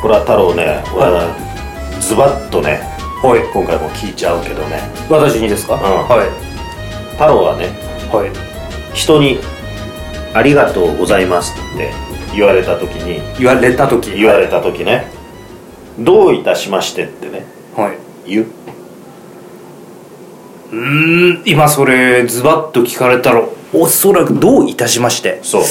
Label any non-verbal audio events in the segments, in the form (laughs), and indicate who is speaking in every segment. Speaker 1: これは太郎ね俺はズバッとね
Speaker 2: はい
Speaker 1: 今回も聞いちゃうけどね
Speaker 2: 私にですか、はい
Speaker 1: 太郎はね
Speaker 2: はい
Speaker 1: 人に「ありがとうございます」って言われた時に
Speaker 2: 言われた時
Speaker 1: 言われた時ね「どういたしまして」ってね
Speaker 2: はい
Speaker 1: 言う
Speaker 2: うーん今それズバッと聞かれたらおそらくどういたしまして
Speaker 1: そう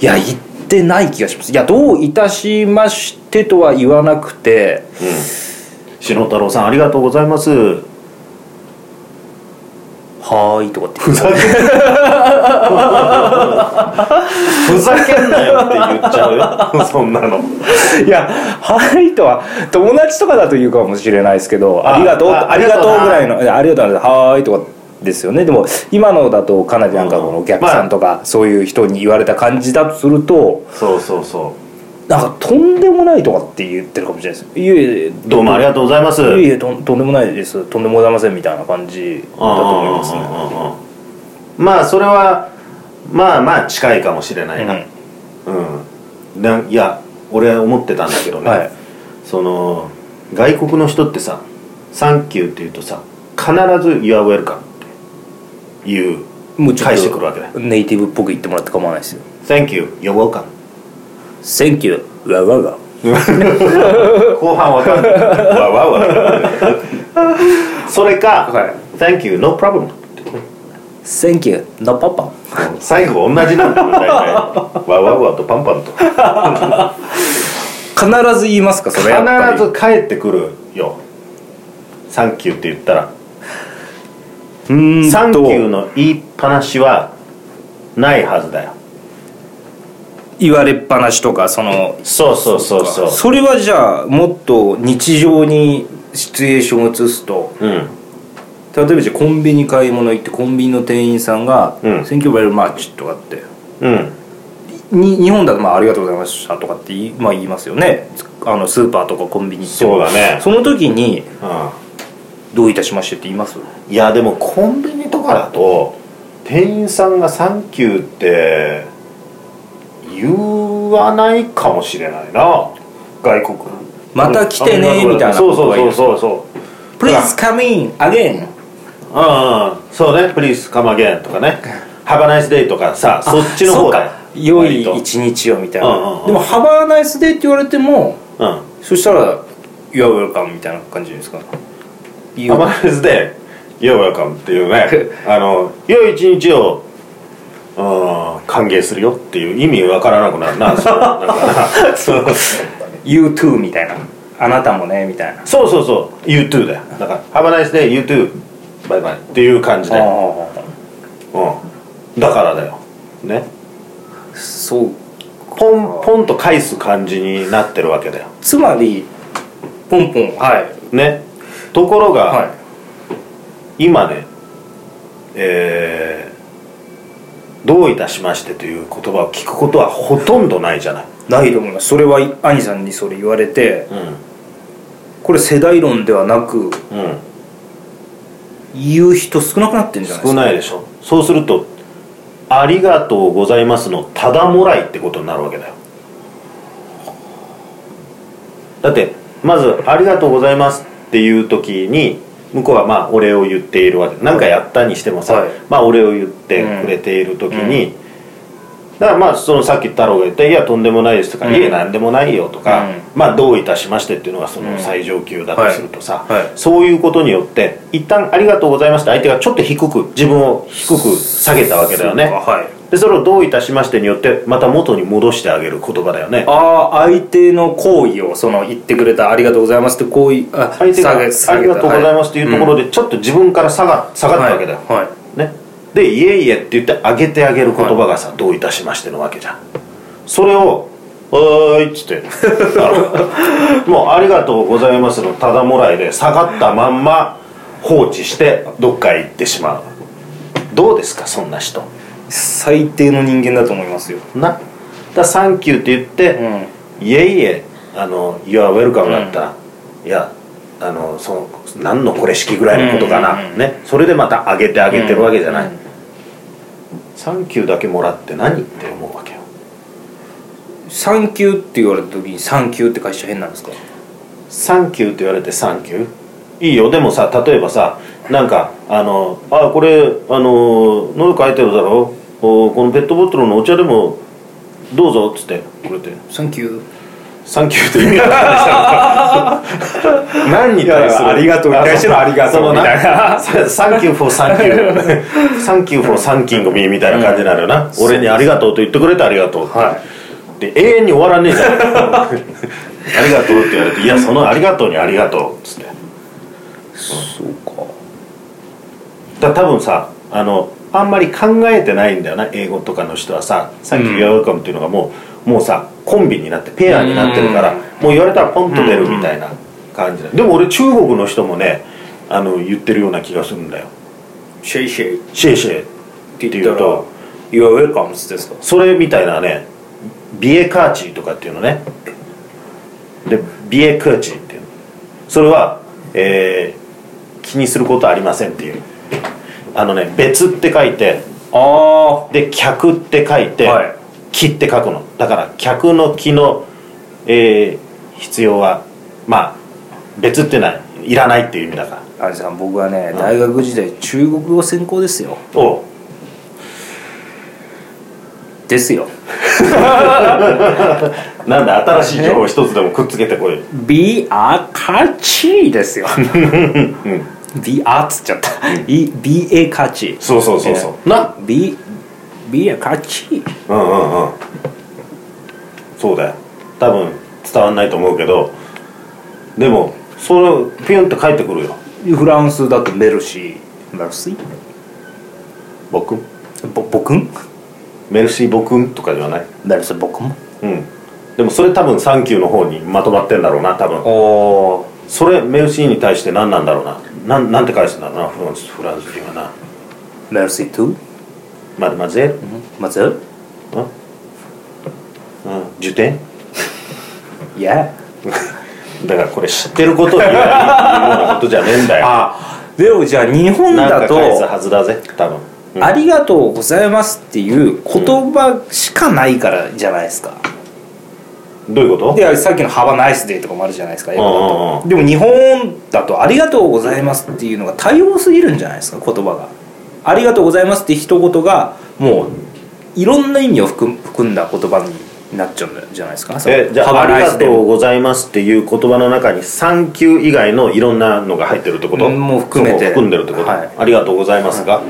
Speaker 2: いや言ってない気がしますいやどういたしましてとは言わなくて
Speaker 1: 「篠太郎さんありがとうございます」
Speaker 2: はーいとかって
Speaker 1: ふざけんふざけんなよって言っちゃ (laughs) うよそんなの
Speaker 2: (laughs) いや「はい」とは友達とかだと言うかもしれないですけど「
Speaker 1: あ
Speaker 2: ありがとう」
Speaker 1: あ
Speaker 2: ありがとう
Speaker 1: ありがとうな
Speaker 2: ぐらいのいや「ありがとう」なんてはーい」とかですよねでも今のだとかなりなんかこのお客さんとかそういう人に言われた感じだとすると
Speaker 1: そうそうそ
Speaker 2: なんか「とんでもない」とかって言ってるかもしれないですいえいえ
Speaker 1: うどうもありがとうございます
Speaker 2: いえいえとんとんでもないですとんでもございませんみたいな感じだと思いますね
Speaker 1: うんうんうんうんまあそれはまあまあ近いかもしれないな、うんなんいや俺思ってたんだけどね、
Speaker 2: はい
Speaker 1: その外国の人ってさ「サンキュー」って言うとさ必ず「You're welcome」って言う
Speaker 2: もうちょっと
Speaker 1: 返してくるわけだ
Speaker 2: ネイティブっぽく言ってもらって構わないですよ
Speaker 1: 「Thank you」「You're welcome
Speaker 2: 「Thank you」「わわわ」」
Speaker 1: 後半わかんないわわわそれか「
Speaker 2: はい
Speaker 1: Thank you no problem
Speaker 2: 「Thank you」「No パパ」
Speaker 1: 最後同じなんだよ
Speaker 2: (laughs)
Speaker 1: 大体わわわとパンパンと
Speaker 2: 必ず言いますかそれやっぱり
Speaker 1: 必ず帰ってくるよ「サンキュー」って言ったら
Speaker 2: うーん
Speaker 1: 「
Speaker 2: と
Speaker 1: サンキュー」の言いっぱなしはないはずだよ
Speaker 2: 言われっぱなしとかその
Speaker 1: そうそうそうそう
Speaker 2: それはじゃあもっと日常にシチュエーションを移すと
Speaker 1: うん
Speaker 2: 例えばじゃあコンビニ買い物行ってコンビニの店員さんが「
Speaker 1: うん
Speaker 2: Thank you very much」とかって
Speaker 1: うん
Speaker 2: に日本だと、まあ「ありがとうございました」とかって言い,、まあ、言いますよねあのスーパーとかコンビニ行っても
Speaker 1: そうだね
Speaker 2: その時に
Speaker 1: う
Speaker 2: 「どういたしまして」って言います
Speaker 1: んいやでもコンビニとかだと店員さんが「サンキュー」って言わないかもしれないな外国
Speaker 2: また来てねみたいな
Speaker 1: そうそう
Speaker 2: 言
Speaker 1: そううそうそう
Speaker 2: 「Please come in again
Speaker 1: うんうんそうね「プリースカマゲン」とかね「ハバナイスデイ」とかさ」そっちの方だよ
Speaker 2: あそうか良
Speaker 1: 割
Speaker 2: い
Speaker 1: と
Speaker 2: 一日をみたいな、
Speaker 1: うんうんうん
Speaker 2: でも「ハバーナイスデーって言われても
Speaker 1: うん
Speaker 2: そしたら「いやウェルカム」みたいな感じですか
Speaker 1: 「ハバナイスデイ」「You're welcome」っていうね
Speaker 2: (laughs)
Speaker 1: あの良い一日をうん歓迎するよっていう意味わからなくなるなそうなんかなそう
Speaker 2: 「You too」みたいな「あなたもね」みたいな
Speaker 1: そうそうそう「You too」だよだから「ハバナイスデイ」「You too」「バイバイ」っていう感じで、う
Speaker 2: ああ
Speaker 1: ん、だからだよね
Speaker 2: そう
Speaker 1: ポンポンと返す感じになってるわけだよ
Speaker 2: つまりポンポンはい
Speaker 1: ねところが、
Speaker 2: は
Speaker 1: 今ねえーどういたしましてという言葉を聞くことはほとんどないじゃない、
Speaker 2: いないと思いますそれは兄さんにそれ言われてこれ世代論ではなく
Speaker 1: うん
Speaker 2: 言う人少なくなってんじゃないで
Speaker 1: 少
Speaker 2: すか
Speaker 1: ないでしょそうすると「ありがとうございます」のただもらいってことになるわけだよだってまず「ありがとうございます」っていう時に向こうはまあお礼を言っているわけ何かやったにしてもさ、
Speaker 2: はい
Speaker 1: まあお礼を言ってくれている時に、だからまあそのさっき太郎が言った「いやとんでもないです」とか「
Speaker 2: うん
Speaker 1: いえ何でもないよ」とか、
Speaker 2: う
Speaker 1: まあ「どういたしまして」っていうのがそうの
Speaker 2: ん
Speaker 1: 最上級だとするとさ、
Speaker 2: はいはい
Speaker 1: そういうことによって一旦ありがとうございました相手がちょっと低く自分を低く下げたわけだよね
Speaker 2: そうかはい
Speaker 1: でそれをどういたしましてによってまた元に戻してあげる言葉だよね
Speaker 2: ああ相手の行為をその言ってくれた「ありがとうございます」って行為あ
Speaker 1: 相手が
Speaker 2: 下げ
Speaker 1: ありがとうございますっていうところでちょっと自分から下が下がったわけだよ、
Speaker 2: はいはい
Speaker 1: ね、で「いえいえ」って言ってあげてあげる言葉がさ「どういたしまして」のわけじゃんそれを「おーい」っつってあのも (laughs) う「ありがとうございます」のただもらいで下がったまんま放置してどっかへ行ってしまうどうですかそんな人
Speaker 2: 最低の人間だと思いますよ、
Speaker 1: なだからサンキュー」って言って「
Speaker 2: うん
Speaker 1: いえいえあの「You are welcome」だったら、いやあのその何のこれ式ぐらいのことかな、
Speaker 2: うんうんうん
Speaker 1: ね、それでまた上げて上げてるわけじゃない、
Speaker 2: うん
Speaker 1: サンキューだけもらって何って思うわけよ
Speaker 2: 産休って言われた時に産休って会社変なんですか
Speaker 1: サンキューって言われてサンキューいいよでもさ例えばさなんかあの「あこれあの喉乾いてるだろおこのペットボトルのお茶でもどうぞ」っつってくれて
Speaker 2: サンキュー
Speaker 1: 「サンキュー」って意味が何に対する
Speaker 2: いやありがとうに対してのありがとう
Speaker 1: その
Speaker 2: みたいな
Speaker 1: そうサンキューフォーサンキューサンキューフォーサンキングミーみたいな感じになるよな、俺にありがとうと言ってくれてありがとうって、
Speaker 2: は
Speaker 1: で永遠に終わらねえじゃん (laughs) ありがとうって言われて「いやそのありがとうにありがとう」っつって
Speaker 2: そうか
Speaker 1: だ多分さあのあんまり考えてないんだよな英語とかの人はささっき
Speaker 2: う
Speaker 1: 「
Speaker 2: ん
Speaker 1: You're welcome」っていうのがもう、もうさコンビになってペアになってるから、
Speaker 2: うん
Speaker 1: もう言われたらポンと出るみたいな感じだ、でも俺中国の人もねあの言ってるような気がするんだよ
Speaker 2: シェイシェイっ
Speaker 1: シェイシェイ
Speaker 2: て
Speaker 1: 言
Speaker 2: 言
Speaker 1: っ
Speaker 2: ったた
Speaker 1: ら
Speaker 2: ら「You're welcome」ですか
Speaker 1: それみたいなねビエカーチーとかっていうのねでビエカーチーっていうのそれは、えー気にすることありませんっていうあのね別って書いて
Speaker 2: あ
Speaker 1: で客って書いて、
Speaker 2: はい
Speaker 1: 木って書くのだから客の木の、えー必要はまあ別ってないいらないっていう意味だから
Speaker 2: あアンさん僕はね大学時代中国語専攻ですよ
Speaker 1: おう
Speaker 2: ですよ
Speaker 1: なんで新しい情報一つでもくっつけてこい
Speaker 2: ビアカチですよ。 (laughs) ビアっつっちゃった。ビビエカチ。
Speaker 1: そうそうそうそう、な
Speaker 2: ビビアカチ。
Speaker 1: うんうんうんそうだよ多分伝わんないと思うけどでもそれピュンって返ってくるよ
Speaker 2: フランスだとメルシー。メルシー。
Speaker 1: 僕
Speaker 2: ぼ僕ん？
Speaker 1: メルシー僕んとかじゃない
Speaker 2: メルシー僕も。
Speaker 1: うんでもそれ多分サンキューの方にまとまってんだろうな多分
Speaker 2: おお。
Speaker 1: それメルシーに対して何なんだろうななんなんて返すんだろうなフランスフランス人はな
Speaker 2: メルシートゥ。
Speaker 1: まだまぜ
Speaker 2: まず。
Speaker 1: うん受点
Speaker 2: いや。
Speaker 1: だからこれ知ってることを言えばいいっていうようなことじゃねえんだよ
Speaker 2: あ、でもじゃあ日本
Speaker 1: なん
Speaker 2: だ
Speaker 1: か
Speaker 2: と。
Speaker 1: 返すはずだぜ多分、うん
Speaker 2: ありがとうございますっていう言葉しかないからじゃないですか、
Speaker 1: どういうこと
Speaker 2: いやさっきの「ハバナイスデー」とかもあるじゃないですか英語だと
Speaker 1: うんうんうん
Speaker 2: でも日本だと「ありがとうございます」っていうのが多様すぎるんじゃないですか言葉が「ありがとうございます」って一言がもういろんな意味を含む含んだ言葉になっちゃうんじゃないですかその
Speaker 1: えじゃ
Speaker 2: Have
Speaker 1: あ「あ
Speaker 2: a
Speaker 1: り
Speaker 2: nice
Speaker 1: が
Speaker 2: day
Speaker 1: とうございます」っていう言葉の中に「サンキュー」以外のいろんなのが入ってるってこと
Speaker 2: うんもう含めて
Speaker 1: そこ含んでるってこと、
Speaker 2: はい
Speaker 1: ありがとうございますが、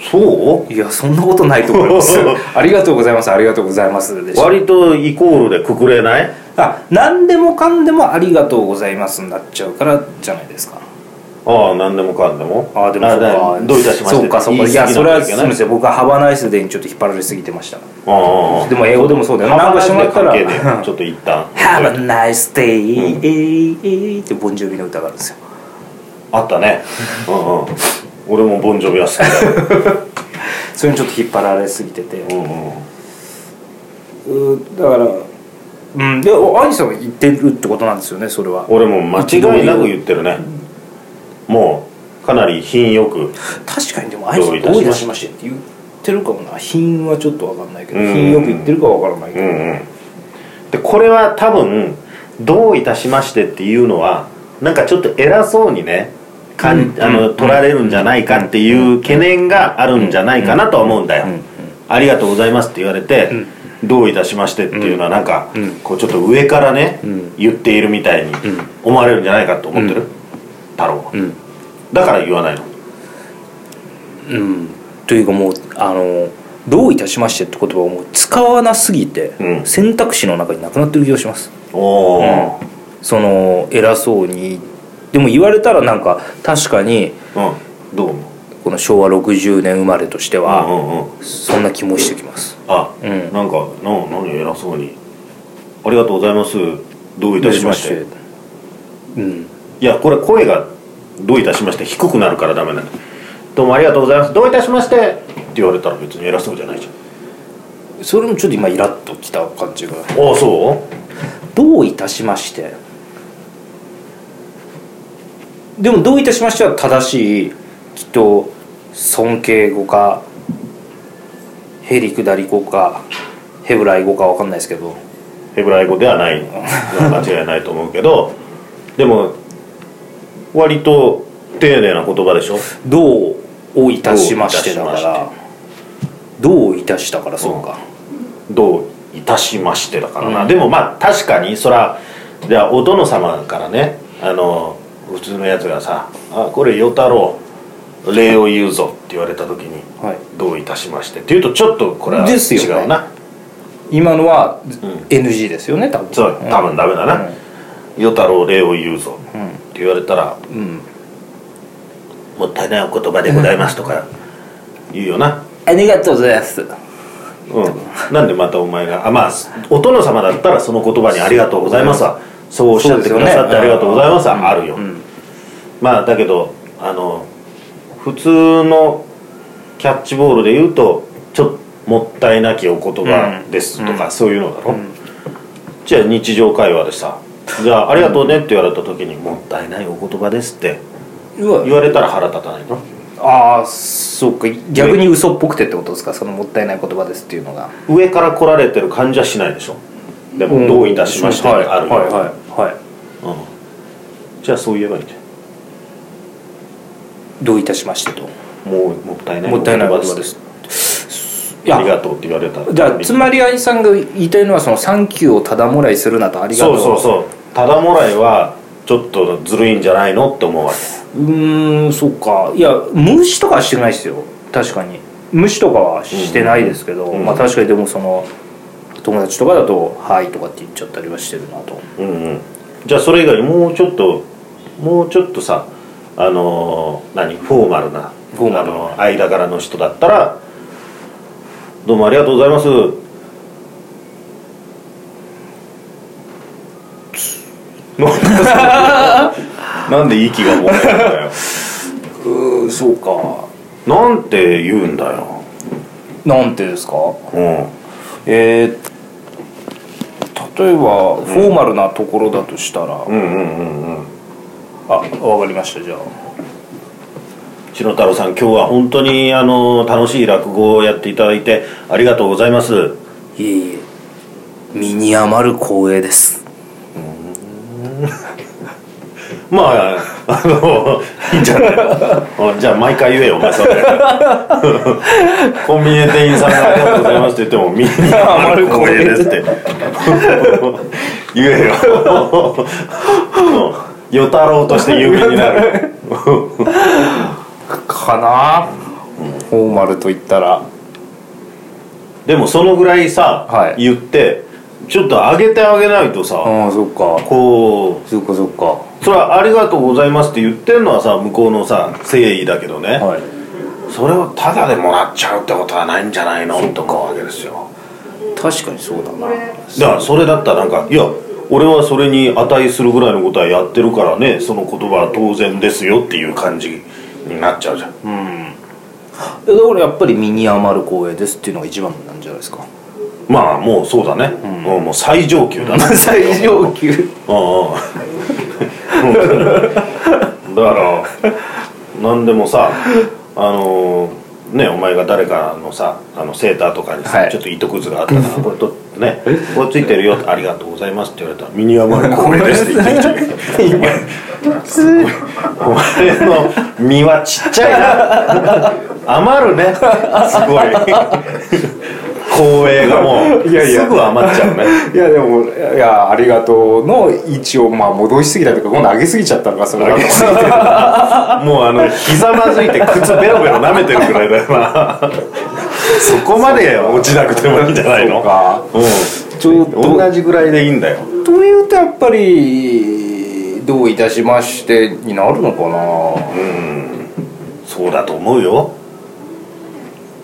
Speaker 1: そ
Speaker 2: いやそんなことないと思います
Speaker 1: (laughs)
Speaker 2: ありがとうございますありがとうございますでし
Speaker 1: う
Speaker 2: ょ
Speaker 1: 割とイコールでくくれない
Speaker 2: あ何でもかんでも「ありがとうございます」になっちゃうからじゃないですか
Speaker 1: ああ何でもかんでも
Speaker 2: あーでも
Speaker 1: あ
Speaker 2: そ
Speaker 1: あ
Speaker 2: うか
Speaker 1: どういたしまして
Speaker 2: そうかそうか
Speaker 1: 言
Speaker 2: いや
Speaker 1: 過ぎ
Speaker 2: それ
Speaker 1: な
Speaker 2: は
Speaker 1: きゃい
Speaker 2: す
Speaker 1: け
Speaker 2: み
Speaker 1: ない
Speaker 2: ません僕はハバナイスデーにちょっと引っ張られすぎてました
Speaker 1: ああああ
Speaker 2: でも英語でもそうだよねなんかしてもらったら
Speaker 1: 関係ねえちょっと一
Speaker 2: (laughs)
Speaker 1: 旦
Speaker 2: 「ハバナイスデー」えいえいってボンジョビの歌があるんですよ
Speaker 1: あったねうんうん俺もボンジョビは好きだよ、
Speaker 2: それにちょっと引っ張られすぎてて
Speaker 1: うんうん
Speaker 2: うだからうんでアニさんは言ってるってことなんですよねそれは
Speaker 1: 俺も間違いなく言ってるねもうかなり品よく
Speaker 2: 確かにでもアニさん
Speaker 1: ど
Speaker 2: ど
Speaker 1: う
Speaker 2: う
Speaker 1: い
Speaker 2: い
Speaker 1: た
Speaker 2: た
Speaker 1: し
Speaker 2: し
Speaker 1: ま
Speaker 2: ましてって言ってるかもな品はちょっと分かんないけど
Speaker 1: うん
Speaker 2: 品よく言ってるか分からないけ
Speaker 1: う
Speaker 2: ど
Speaker 1: んうん、でこれは多分「どういたしまして」っていうのはなんかちょっと偉そうにねかん、あの取られるんじゃないかっていう懸念があるんじゃないかなとは思うんだよ、ありがとうございますって言われて、どういたしましてっていうのはなんか、こうちょっと上からね、言っているみたいに思われるんじゃないかと思ってる、太郎は、
Speaker 2: ん
Speaker 1: だから言わないの
Speaker 2: うん、というかもうあの「どういたしまして」って言葉をもう使わなすぎて、
Speaker 1: うん
Speaker 2: 選択肢の中になくなってる気がします、
Speaker 1: おお、
Speaker 2: その偉そうにでも言われたらなんか確かに
Speaker 1: うんどう思う
Speaker 2: この昭和60年生まれとして
Speaker 1: う
Speaker 2: は、
Speaker 1: んうんうん
Speaker 2: そんな気もしてきます
Speaker 1: あ、
Speaker 2: うん
Speaker 1: なんかな何偉そうに「ありがとうございますどういたしまして」
Speaker 2: どういたしうん
Speaker 1: いやこれ声が「どういたしまして」低くなるからダメなのどうもありがとうございますどういたしまして」って言われたら別に偉そうじゃないじゃ
Speaker 2: それもちょっと今イラッときた感じが
Speaker 1: んああそ
Speaker 2: 「どういたしまして」でも「どういたしまして」は正しいきっと尊敬語かへりくだり語かヘブライ語かわかんないですけど
Speaker 1: ヘブライ語では
Speaker 2: (laughs)
Speaker 1: ないのは間違いないと思うけどでも割と丁寧な言葉でしょ
Speaker 2: どうをいたしましてだか
Speaker 1: どういたし
Speaker 2: らどういたしたからそうか、
Speaker 1: どういたしましてだからな、でもまあ確かにそらじゃあお殿様からねあの普通のやつがさ「あこれ与太郎礼を言うぞ」って言われた時に
Speaker 2: はい
Speaker 1: 「どういたしまして」っていうとちょっとこれは違
Speaker 2: ですよね
Speaker 1: うな、
Speaker 2: 今のは NG ですよね多分
Speaker 1: そう多分ダメだな「与太郎礼を言うぞ」って言われたら
Speaker 2: うん、うん
Speaker 1: 「もったいないお言葉でございます」とか言うよな、
Speaker 2: ありがとうございます
Speaker 1: うん、なんでまたお前があまあお殿様だったらその言葉に「ありがとうございますは」そうおっしゃってくださって「ありがとうございます」はあるよ、
Speaker 2: うん
Speaker 1: まあだけどあの普通のキャッチボールで言うとちょっともったいなきお言葉ですとか、そういうのだろ、じゃあ日常会話でさ「じゃあありがとうね」って言われた時に「もったいないお言葉です」って
Speaker 2: うわ
Speaker 1: 言われたら腹立たないの
Speaker 2: ああそうか逆に嘘っぽくてってことですかそのもったいない言葉ですっていうのが
Speaker 1: 上から来られてる感じはしないでしょでも「どういたしまして」
Speaker 2: うん
Speaker 1: あるよ、
Speaker 2: はいはいはい
Speaker 1: うんじゃあそう言えばいいんじゃん
Speaker 2: どういたしましてと
Speaker 1: もうもったいない
Speaker 2: もったいない言葉ですいや
Speaker 1: ありがとうって言われたら
Speaker 2: じゃあつまり愛さんが言いたいのはその「サンキューをただもらいするな」と「ありがと」
Speaker 1: そううそうそうただもらいはちょっとずるいんじゃないのって思うわけ
Speaker 2: うーんそうかいや無視とかはしてないですよ確かに無視とかはしてないですけど、
Speaker 1: うん
Speaker 2: まあ確かにでもその友達とかだと「はい」とかって言っちゃったりはしてるなと
Speaker 1: うんうんじゃあそれ以外にもうちょっともうちょっとさあのー何フォーマルな
Speaker 2: フォーマル
Speaker 1: あの間柄の人だったら「どうもありがとうござ (laughs) います」なんでなんで息が漏れるんだよ
Speaker 2: うーんそうか
Speaker 1: なんて言うんだよ
Speaker 2: なんてですか
Speaker 1: うん
Speaker 2: えー例えばフォーマルなところだとしたら、
Speaker 1: うんうんうんうん
Speaker 2: あわかりましたじゃあ
Speaker 1: 篠太郎さん今日は本当にあの楽しい落語をやっていただいてありがとうございます
Speaker 2: いえいえ身に余る光栄です
Speaker 1: まああのいいんじゃないの (laughs) うんじゃあ毎回言えよお前それ (laughs) コンビニ店員さんが「ありがとうございます」って言っても「みんな丸光栄です」って言えよ (laughs) うん与太郎として有名になる
Speaker 2: かなフォーマルと言ったら
Speaker 1: でもそのぐらいさ、
Speaker 2: はい
Speaker 1: 言ってちょっと上げてあげないとさ、
Speaker 2: ああそっか
Speaker 1: こう
Speaker 2: そっかそっかは
Speaker 1: それは「ありがとうございます」って言ってんのはさ向こうのさ誠意だけどね、
Speaker 2: い
Speaker 1: それをタダでもらっちゃうってことはないんじゃないのとかわけですよ
Speaker 2: 確かにそうだな
Speaker 1: だからそれだったらなんか「いや俺はそれに値するぐらいのことはやってるからねその言葉は当然ですよ」っていう感じになっちゃうじゃん
Speaker 2: えだからやっぱり身に余る光栄ですっていうのが一番なんじゃない (laughs) ですか
Speaker 1: まあもうそうだね、もうもう最上級だな
Speaker 2: 最上級
Speaker 1: うんうん (laughs) だから何でもさあのーねお前が誰かのさあのセーターとかにさ、
Speaker 2: はい
Speaker 1: ちょっと糸くずがあったからこれとねこれついてるよありがとうございますって言われたら「ミニアマルこれです」って言ってきてお前お前の身はちっちゃいな余るねすごい光栄がもう
Speaker 3: いやいや
Speaker 1: すぐ余っちゃうね
Speaker 3: いやでもいやありがとうの位置をまあ戻しすぎたというか今度上げすぎちゃったのかそれが
Speaker 1: もうあのひざまずいて靴ベロベロ舐めてるくらいだよな (laughs) そこまで落ちなくてもいいんじゃないの
Speaker 3: そうか
Speaker 1: う
Speaker 2: ちょっ
Speaker 1: ん、
Speaker 2: と
Speaker 1: 同じぐらいでいいんだよ
Speaker 2: というとやっぱりどういたしましてになるのかな
Speaker 1: そうだと思うよ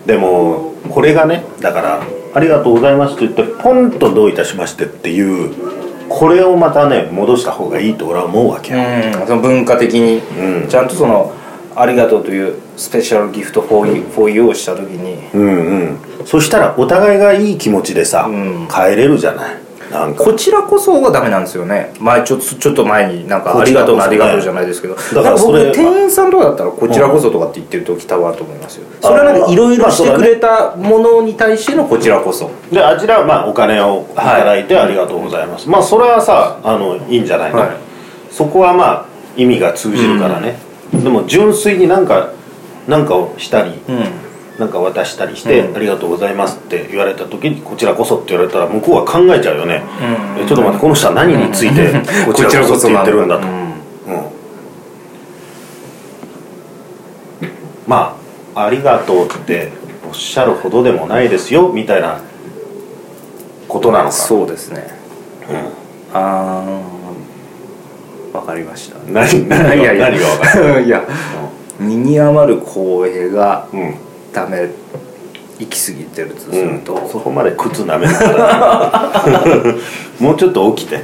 Speaker 1: でもこれがねだから「ありがとうございます」と言ってポンと「どういたしまして」っていうこれをまたね戻した方がいいと俺は思うわけよ、
Speaker 2: うんその文化的に、
Speaker 1: うん
Speaker 2: ちゃんとその「ありがとう」というスペシャルギフト for you, for you をした時に
Speaker 1: うんうんそしたらお互いがいい気持ちでさ、
Speaker 2: うん
Speaker 1: 帰れるじゃないなんか
Speaker 2: こちらこそがダメなんですよね前ちょちょっと前になんか「
Speaker 1: こ
Speaker 2: あり
Speaker 1: ち
Speaker 2: が
Speaker 1: ら
Speaker 2: と」
Speaker 1: こそうね
Speaker 2: の「ありがとう」じゃないですけど
Speaker 1: から
Speaker 2: なんか
Speaker 1: それ
Speaker 2: 僕店員さんとかだったら「こちらこそ」とかって言ってる時たわと思いますよそれはなんかいろいろしてくれたものに対してのこちらこそ
Speaker 1: であちらはまあお金をいただいてありがとうございます、まあそれはさあのいいんじゃないの、
Speaker 2: はい
Speaker 1: そこはまあ意味が通じるからね、でも純粋になんかなんかをしたり、
Speaker 2: うん
Speaker 1: なんか渡したりして、ありがとうございます」って言われた時に「こちらこそ」って言われたら向こうは考えちゃうよね、えちょっと待ってこの人は何について「こちらこそ」って言ってるんだと、う
Speaker 2: う
Speaker 1: んまあ「ありがとう」っておっしゃるほどでもないですよみたいなことなのか
Speaker 2: そうですねあーわかりま (laughs) した
Speaker 1: 何何が
Speaker 2: いや (laughs) いや
Speaker 1: 何が分かる
Speaker 3: いや
Speaker 2: 身に余る光栄が
Speaker 1: うん
Speaker 2: ダメ行き過ぎてるとす
Speaker 1: う
Speaker 2: る
Speaker 1: ん、
Speaker 2: と、
Speaker 1: そこまで靴舐めるからな (laughs) もうちょっと起きて、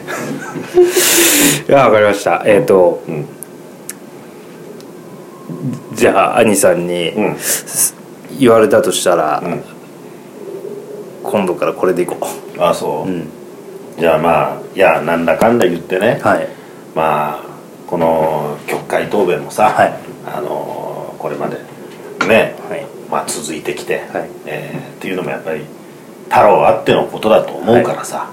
Speaker 2: いやわかりましたえっ、と
Speaker 1: うん
Speaker 2: じゃあ兄さんに
Speaker 1: うん
Speaker 2: 言われたとしたら、
Speaker 1: うん、
Speaker 2: 今度からこれでいこう
Speaker 1: あそう、
Speaker 2: ん
Speaker 1: じゃあまあいやなんだかんだ言ってね
Speaker 2: はい
Speaker 1: まあこの曲会答弁もさ、
Speaker 2: はい
Speaker 1: あのーこれまでね、
Speaker 2: はい
Speaker 1: まあ、続いてきて、
Speaker 2: はい
Speaker 1: えーっていうのもやっぱり太郎あってのことだと思うからさ、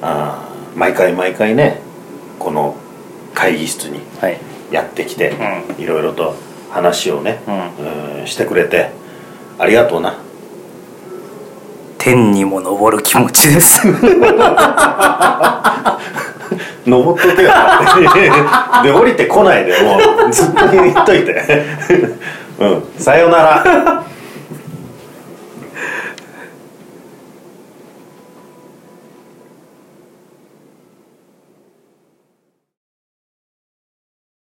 Speaker 1: あー毎回毎回ねこの会議室に
Speaker 2: はい
Speaker 1: やってきて、
Speaker 2: う
Speaker 1: いろいろと話をね、
Speaker 2: うん
Speaker 1: うんしてくれてありがとうな
Speaker 2: 天にも昇る気持ちです
Speaker 1: 登っとけよ (laughs) で降りてこないでもうずっと言っといてうんさよなら